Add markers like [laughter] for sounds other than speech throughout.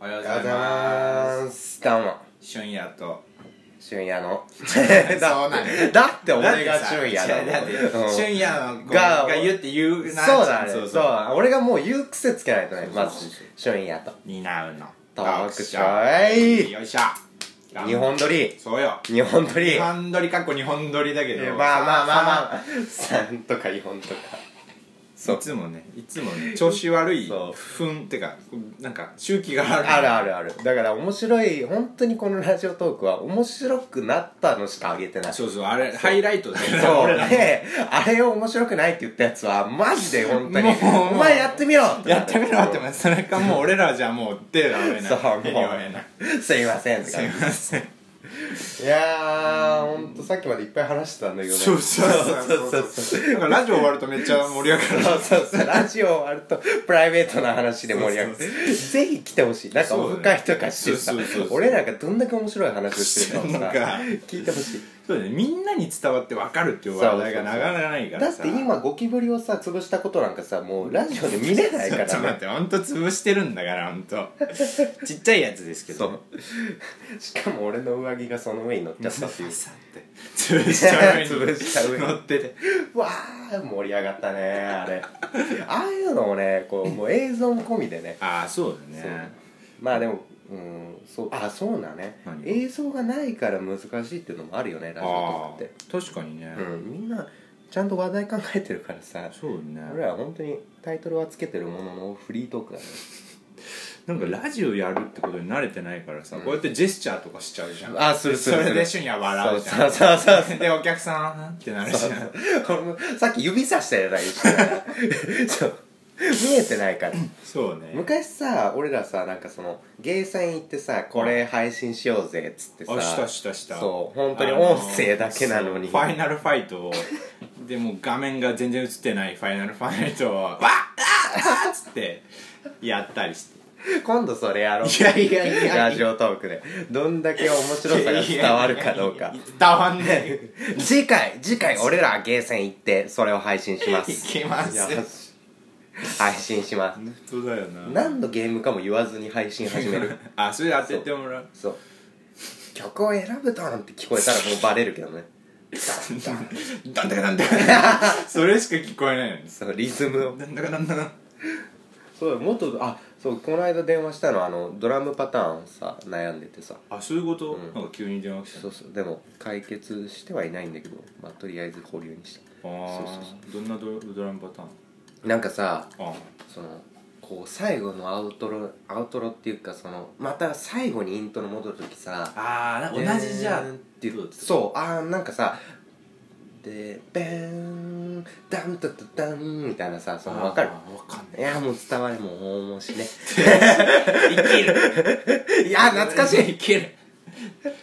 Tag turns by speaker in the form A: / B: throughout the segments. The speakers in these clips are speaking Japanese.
A: おはよう
B: お
A: ござい
B: はよ
A: う
B: ござい
A: ま
B: ますすどうも
A: 俊也と
B: 俊也 [laughs] の
A: そうなんや
B: だって俺が俊也だもん
A: だってさ違うだって
B: うん
A: 俊也の子
B: が
A: が言って言うな
B: そうだね
A: そ
B: そうう
A: そう
B: 俺がもう言う癖つけないとね
A: そうそう
B: ま
A: そう
B: ず俊也と
A: 担うの
B: トークショ
A: トーク
B: ー
A: よいしょ
B: い日本撮り
A: そうよ
B: 日本撮り
A: 日
B: まあ
A: 本撮りかっこ日本撮りだけど
B: まあまあま [laughs] あ3とか4とかそう
A: いつもねいつもね調子悪い
B: そう
A: ふんってかなんか周期がある
B: あるあるあるだから面白い本当にこのラジオトークは面白くなったのしか上げてない
A: そうそうあれハイライトだよね
B: そう
A: 俺ら
B: で、あれを面白くないって言ったやつは、マジで本当に、
A: もうもう
B: お前やってみろ
A: やってみろって思ってそれかもう俺らじゃもう手が折れない
B: そう、も、
A: 手に負えないう
B: すいませんって
A: すい
B: 感
A: ません
B: じ。いやー、ほんとさっきまでいっぱい話してたんだけどね。
A: そうそうそう
B: そうそう。
A: なんかラジオ終わるとめっちゃ盛り上がる
B: そうそうそうラジオあるとプライベートな話で盛り上が
A: そう
B: るぜひ来てほしいなんかオフ会とかしてさ
A: そうだねそうそうそう
B: 俺らがどんだけ面白い話をしてるかを
A: そうな
B: さ
A: んか
B: 聞いてほしい
A: そうだねみんなに伝わって分かるっていう話題がなかなかないから
B: だっ
A: さ
B: て今ゴキブリをさ潰したことなんかさもうラジオで見れないか
A: [laughs] ちょっと待っ
B: らね
A: てほんと潰してるんだからほん
B: [laughs]
A: とちっちゃいやつですけ
B: そ
A: ど
B: うしかも俺の上着がその上に乗っちゃったっていう
A: さって潰しちゃう上に
B: 潰しちゃう上に
A: 乗って
B: [laughs]
A: て
B: わあ盛り上がったねあれああいうのをねこうもう映像も込みでね
A: ああ [laughs] そうだ
B: そう
A: ね
B: まあでもうんそうあそうだね
A: 何
B: 映像がないから難しいっていうのもあるよねラジオと
A: あ
B: か
A: ー
B: って
A: 確かにね、
B: うんみんなちゃんと話題考えてるからさ
A: そうね
B: 俺らは本当にタイトルはつけてるもののフリートー
A: [laughs]
B: クだね
A: なんかラジオやるってことに慣れてないからさ、こうやってジェスチャーとかしちゃうじゃん
B: あするする
A: それで瞬夜笑うじ
B: そ
A: ゃ
B: うそうそう [laughs] そ
A: んでお客さんってなるじゃん
B: う俺もさっき指さしたやないし
A: [laughs]
B: そう見えてないから
A: そうね
B: 昔さ俺らさなんかそのゲーセン行ってさこれ配信しようぜっつってさ
A: あしたしたした
B: そう本当に音声だけなのに
A: あそうファイナルファイトを
B: [laughs]
A: でもう画面が全然映ってないファイナルファイトをわっあっつってやったりして
B: 今度それやろう
A: いやいやいや
B: ラジオトークでどんだけ面白さが伝わるかどうか
A: 伝わんねえ
B: 次回次回俺らゲーセン行ってそれを配信しま
A: い
B: す
A: きます
B: よし配信します
A: 本当だよな
B: 何のゲームかも言わずに配信始める
A: [laughs] あそれ当ててもらう
B: そう曲を選ぶとなんて聞こえたらもうバレるけどね
A: なんだかなんだか [laughs] それしか聞こえないよね
B: そうリズムを
A: なんだかなんだか
B: そうもっとあそうこの間電話したのあのドラムパターンさ悩んでてさ
A: あそういうこと、なんか急に電話来た
B: そうそうでも解決してはいないんだけど、まあ、とりあえず保留にし
A: あー
B: そうそう
A: どんなドドラムパターン
B: たなんかさ
A: あ
B: そのこう最後のアウトロアウトロっていうかそのまた最後にイントロ戻る時さ
A: あ
B: 「でーん」っていうそうあーなんかさで「ベーンダンタタタン」みたいなさその分かる
A: わかん
B: いやもう伝われもう面白 [laughs] いね
A: いける
B: いや懐かしい
A: いけ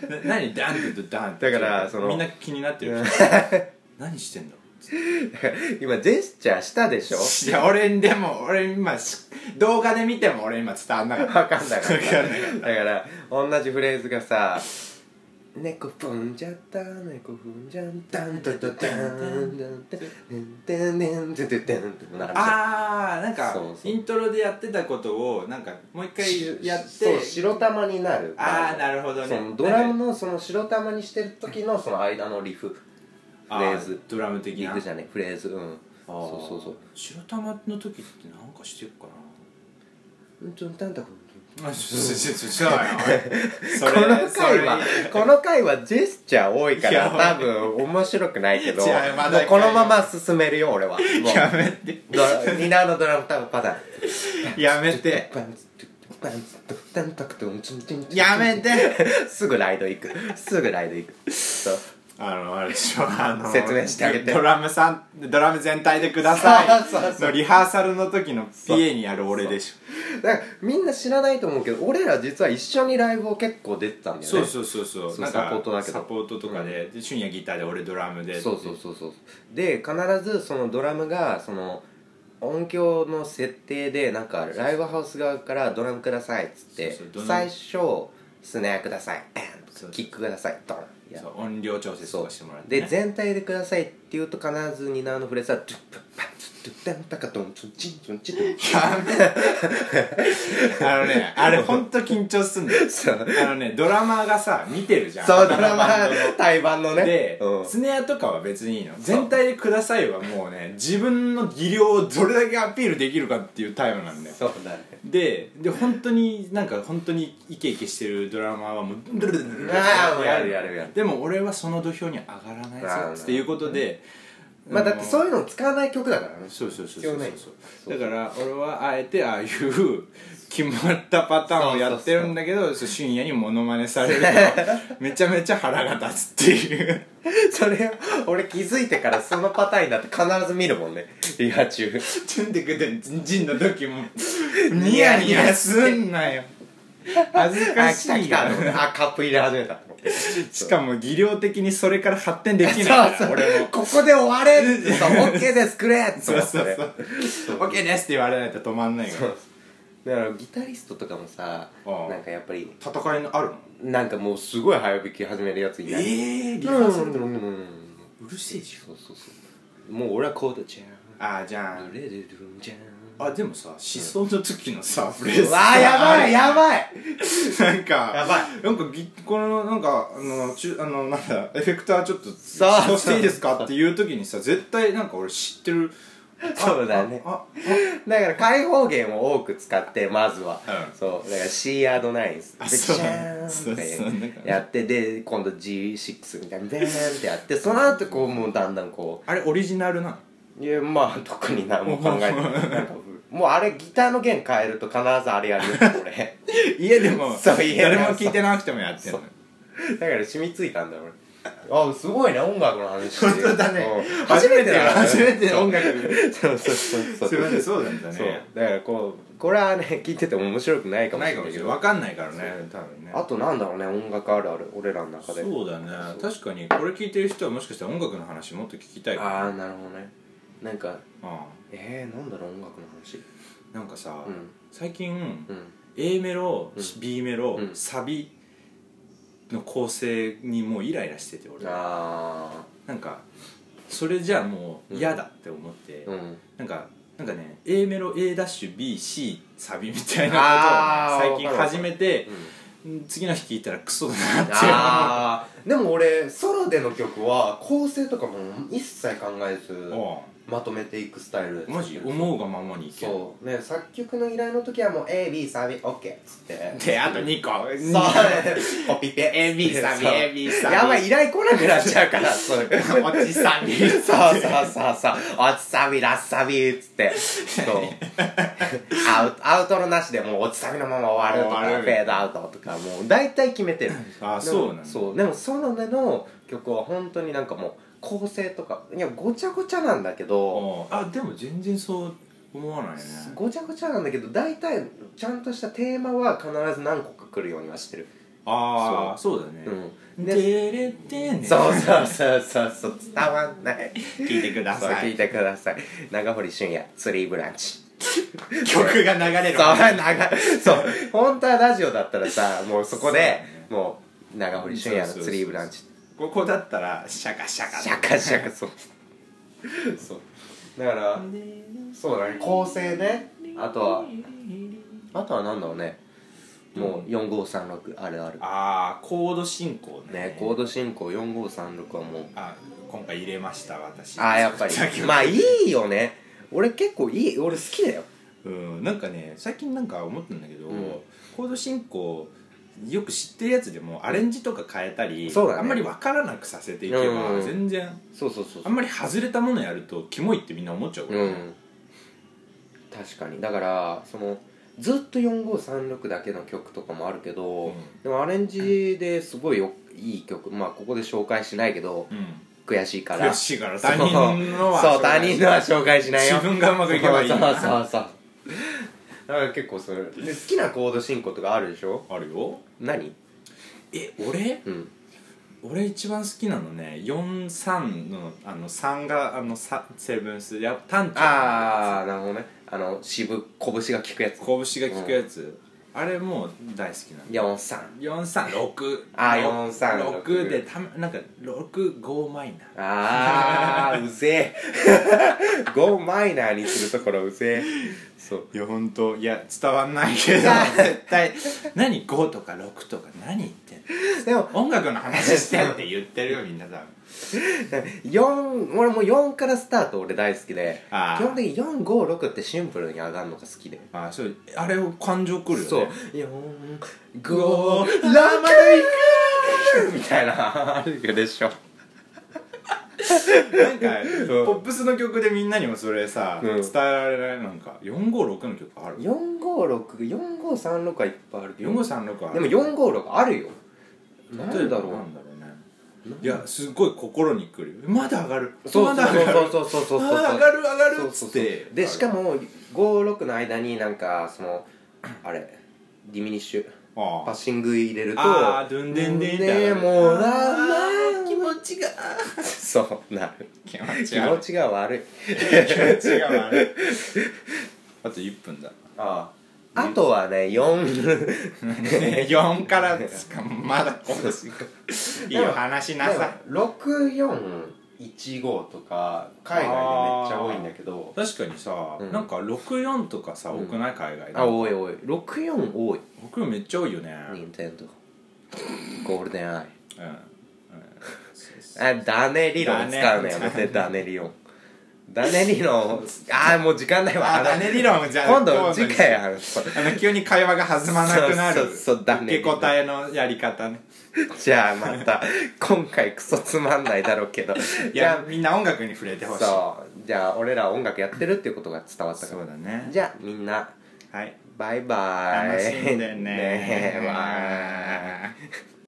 A: るな何ダンってダンって
B: だからその
A: みんな気になってる何してんだ
B: 今ジェスチャーしたでしょ
A: いや俺でも俺今し動画で見ても俺今伝わんなかった
B: わかんなかった
A: わかんなかっ
B: だから同じフレーズがさ「猫踏んじゃった猫踏んじゃったんたんたんたんたんたんたんたんたんたんたんたんたんたんたんたんたん
A: あーなんか
B: そうそう
A: イントロでやってたことをなんかもう一回やって
B: そう白玉になる
A: ああなるほどね
B: そのドラムのその白玉にしてる時のその間のリフフレ
A: あ
B: ーズ
A: ドラム的
B: リ
A: な
B: フじゃねフレーズうん
A: あー
B: そうそうそう
A: 白玉の時ってなんかしてるかな
B: 「うんちょんたんたん
A: あ、ちょ、ちょ、ちょ、ちょ、ちょ、そ
B: こ
A: れ
B: の回は
A: それ
B: この回はジェスチャー多いか
A: いや
B: ら多分面白くないけど
A: い
B: も
A: やまだ
B: うこのまま進めるよ俺はもう
A: やめて、
B: ドラニナーのドラム多分パターン
A: やめて、
B: パンツトゥトゥパンツトゥタンタクトゥンチンチンチン
A: やめて。
B: すぐライド行くすぐライド行くそう
A: あの、あれでしょ、あの、
B: 説明してあげて
A: ドラムさん、ドラム全体でくださ
B: [laughs] そうそう
A: い。
B: そう
A: のリハーサルの時の PA にやる俺でしょ。
B: だからみんな知らないと思うけど俺ら実は一緒にライブを結構出てたんだよね
A: そうそうそうそう
B: そう
A: なん
B: サポートだ
A: か
B: けど
A: サポートとかでで俊也ギターで俺ドラムで
B: そうそうそうそうで必ずそのドラムがその音響の設定でなんかライブハウス側からドラムくださいっつって
A: そうそうドラム
B: 最初スネアくださいエン
A: そう
B: キックくださいドンや
A: そう音量調節
B: そ
A: と
B: う
A: かしてもらってね
B: で全体でくださいってっていうと必ずニナーのフレーズは「ドゥッパッパッドゥッタンタカトンツンチンツンチン」
A: [laughs] あのねあれほんと緊張すんだよ
B: そう
A: あのねドラマーがさ見てるじゃん
B: そう
A: 他
B: ド
A: の
B: ラマ
A: バンドの
B: 対バンのね
A: で、
B: うん
A: スネアとかは別にいいの全体で「ください」はもうね自分の技量をどれだけアピールできるかっていうタイムなんだよ
B: そうだね
A: でで本当になんか本当にイケイケしてるドラマーはもうドゥルドゥルドゥルドゥル
B: あーもうやるやるやる
A: でも俺はその土俵に上がらないぞっていうことで、
B: まあだってそう
A: う
B: いうのを使わない曲だからね
A: そうそうそう
B: 必
A: そう
B: 要
A: そ
B: な
A: う
B: い
A: だから俺はあえてああいう決まったパターンをやってるんだけどそう深夜にモノマネされる
B: [laughs]
A: とめちゃめちゃ腹が立つっていう
B: それを俺気づいてからそのパターンになって必ず見るもんねリハ中
A: チュンデクデンジンの時もニヤニヤすんなよ恥ずかしいよ
B: あ来た来たあカップ入れ始めたと思って
A: しかも技量的にそれから発展できないから
B: そうそう
A: 俺も
B: ここで終われってさ OK ですくれって
A: そ
B: 思
A: う
B: って
A: そうそう「オッケーです」って言われないと止まんないから
B: だからギタリストとかもさ
A: ああ
B: なんかやっぱり
A: 戦いのあるの
B: なんかもうすごい早弾き始めるやついない
A: ええ
B: リ
A: リ
B: ハ
A: ハ
B: ー
A: ー
B: サ
A: サ
B: ル
A: ル
B: で
A: で
B: も
A: うるせえじ
B: そうそうそうもう俺はこうだじゃ
A: ゃんああじゃ
B: ん
A: あ
B: ルレルルンじゃん
A: あでもさ思想の時のさフレーズ
B: わあやばいやばい
A: なんか
B: やば
A: いなんかぎこのなんかあのちゅあのなんだエフェクターちょっと
B: そう
A: そうしていいですかっていう時にさ絶対なんか俺知ってる
B: そうだね
A: あ
B: だから開放弦を多く使ってまずは、
A: うん
B: そうだから C アドナインス
A: あ
B: で
A: そう
B: ジャーンって
A: そうそうなんか
B: やってで今度 G6 みたいなベーンってやってその後こうもうだんだんこ
A: あれオリジナルなの
B: ういやまあ特に何も考えてないなんかもうあれギターの弦変えると必ずあれ [laughs] やるよ俺
A: 家でも
B: そう家でも
A: 誰も聞いてなくてもやってんの
B: そうだから染みついたんだよ俺あすごいね音楽の話
A: 本当だね
B: うん初めてだから
A: 初めて音楽
B: そうそうそ
A: す
B: うそ
A: いうませんそうなんだ
B: そう
A: ね
B: だからこうこれはね聞いてても面白くないかもし
A: ない
B: れ
A: か
B: な
A: も
B: い
A: し
B: け
A: れない
B: ど
A: 分かんないからね多分ね
B: あとなんだろうね音楽あるある俺らの中で
A: そうだね確かにこれ聞いてる人はもしかしたら音楽の話もっと聞きたいかも
B: ああなるほどねなんか
A: あ
B: えー、なんだろう音楽の話
A: あなんかさ
B: うん
A: 最近
B: うん
A: A メロ
B: うん
A: B メロ
B: うん
A: サビの構成にもうイライラしてて俺
B: あ
A: なんかそれじゃあもう嫌だって思って
B: ー
A: [laughs]
B: うん
A: なんかなんかね A メロ A'BC サビみたいな
B: あ
A: こ
B: ー
A: とをね最近始めて
B: うん
A: うん次の日聞いたらクソだなって
B: あーでも俺ソロでの曲は構成とかも一切考えず
A: 思
B: まとめていくスタイル
A: うマジ
B: 思
A: 思うがままにいける
B: そうね作曲の依頼の時はもう AB サビ OK っつ
A: [laughs]
B: って
A: であと2個
B: そうコピペ
A: AB [laughs] サビ
B: そう
A: AB サビ
B: やばい依頼来なくなっちゃうからそれ
A: おじさんに
B: そうそうそうそうおつさびらっさびっつってそうアウトアウトロなしでもうおつさびのまま終わるとか
A: 終わる
B: フェードアウトとかもう大体決めてる
A: あ
B: でも
A: そうなんだ
B: そうでもソロでの曲は本当になんかもう構成とかいやごちゃごちゃなんだけど
A: あでも全然そう思わないね
B: ごちゃごちゃなんだけど大体ちゃんとしたテーマは必ず何個か来るようにはしてる
A: ああそうだね
B: うんで
A: てれてね
B: そうそうそうそうそう伝わんない
A: 聞いてくだ
B: そう
A: さ
B: 聞い
A: い
B: てください長堀俊也ツリーブランチ
A: 曲が流れる
B: そう、長い。そう。本当はラジオだったらさ、もうそこで、もう、長堀俊也のツリーブランチ。
A: ここだったらシャカシャカ
B: シャカシャカ、そう。そう。だから、そうだね、構成ね。あとは、あとはなんだろうね。もう、4536、あるある。
A: ああコード進行ね
B: ね、コード進行4536はもう、
A: あ今回入れました私
B: ああ、やっぱり
A: さき。も
B: まあ、いいよね。俺結構いい、俺好きだよ。
A: うんなんかね最近なんか思ったんだけど、
B: うん
A: コード進行よく知ってるやつでもアレンジとか変えたり、
B: そうだね
A: あんまり分からなくさせていけば、
B: うん
A: 全然
B: そうそうそうそう
A: あんまり外れたものやるとキモいってみんな思っちゃうから
B: う
A: ね、
B: ん確かにだからそのずっと4536だけの曲とかもあるけど、
A: うん
B: でもアレンジですごいよいい曲まあここで紹介しないけど
A: うん
B: 悔しいから
A: 悔しいから他人のは
B: そうそう他人のは紹介しないよ
A: 自分がうまくいけばいい
B: そうそうそうそうだから結構それで好きなコード進行とかあるでしょ
A: あるよ
B: 何
A: え俺
B: うん
A: 俺一番好きなのね43のあの3があのさセブンスや単調
B: ああなるほどねあの渋拳が効くやつ
A: 拳が効くやつ、あれもう大好きなの
B: 43
A: 436
B: あ436
A: 6でた、ま、なんか65マイナー
B: あーうぜえ [laughs] 5マイナーにするところうぜえそう
A: いや本当いや伝わんないけ [laughs] ど絶対何5とか6とか何言ってん
B: でも
A: の音楽の話してんって言ってるよみんな多分
B: 4俺もう4からスタート俺大好きで基
A: あー
B: 本的に456ってシンプルに上がるのが好きで
A: あそうあれを感情くるよね
B: そう45ラーマでいくみたいなあるでしょ
A: なんか
B: うん
A: ポップスの曲でみんなにもそれさ、
B: うん
A: 伝えられないなんか456の曲ある
B: 456453はいっぱいあるけど
A: 4536あ
B: で
A: る
B: も456あるよな
A: 例え
B: ん
A: ば
B: だろう
A: なんだろうねいやすごい心にくるよまだ上がる
B: そう
A: ま
B: そう
A: だ上がる
B: そうそうそうそうそう
A: あー上がる上が
B: そ
A: るっ
B: うそ
A: つっ
B: うそう
A: て
B: でしかも56の間になんかそのあれディミニッシュ
A: あ
B: パッ
A: あ
B: シング入れると
A: ああドゥンデンデンって
B: ねもう
A: あ
B: な
A: ー気持ちが
B: そうなる
A: 気持
B: 気持ちが悪い
A: 気持ちが悪いあと1分だ
B: ああとはね4
A: 4からですかまだこの時
B: [laughs]
A: 間いいよ話しなさい
B: 6415とか海外でめっちゃ多いんだけど
A: 確かにさ、
B: うん
A: なんか64とかさ多くない海外で
B: あ多い多い64多い
A: 64めっちゃ多いよね、うん
B: 任天堂ゴールデンアイ
A: うん
B: あダネ理論使うのやめてダネ理論ダネ理論ああもう時間ないわ
A: あダネ理論じゃあ
B: 今度次回話そう
A: あの急に会話が弾まなくな
B: そう
A: る
B: そうそうダメ
A: 受け答えのやり方ね
B: じゃあまた今回クソつまんないだろうけど
A: い
B: じゃ
A: やみんな音楽に触れて
B: あ
A: ほしい
B: そうじゃあ俺ら音楽やってるっていうことが伝わったか
A: そうだ
B: ら
A: ね
B: じゃあみんな
A: はい
B: バイバイ
A: [laughs] 楽しんでね
B: ねえバイ
A: ー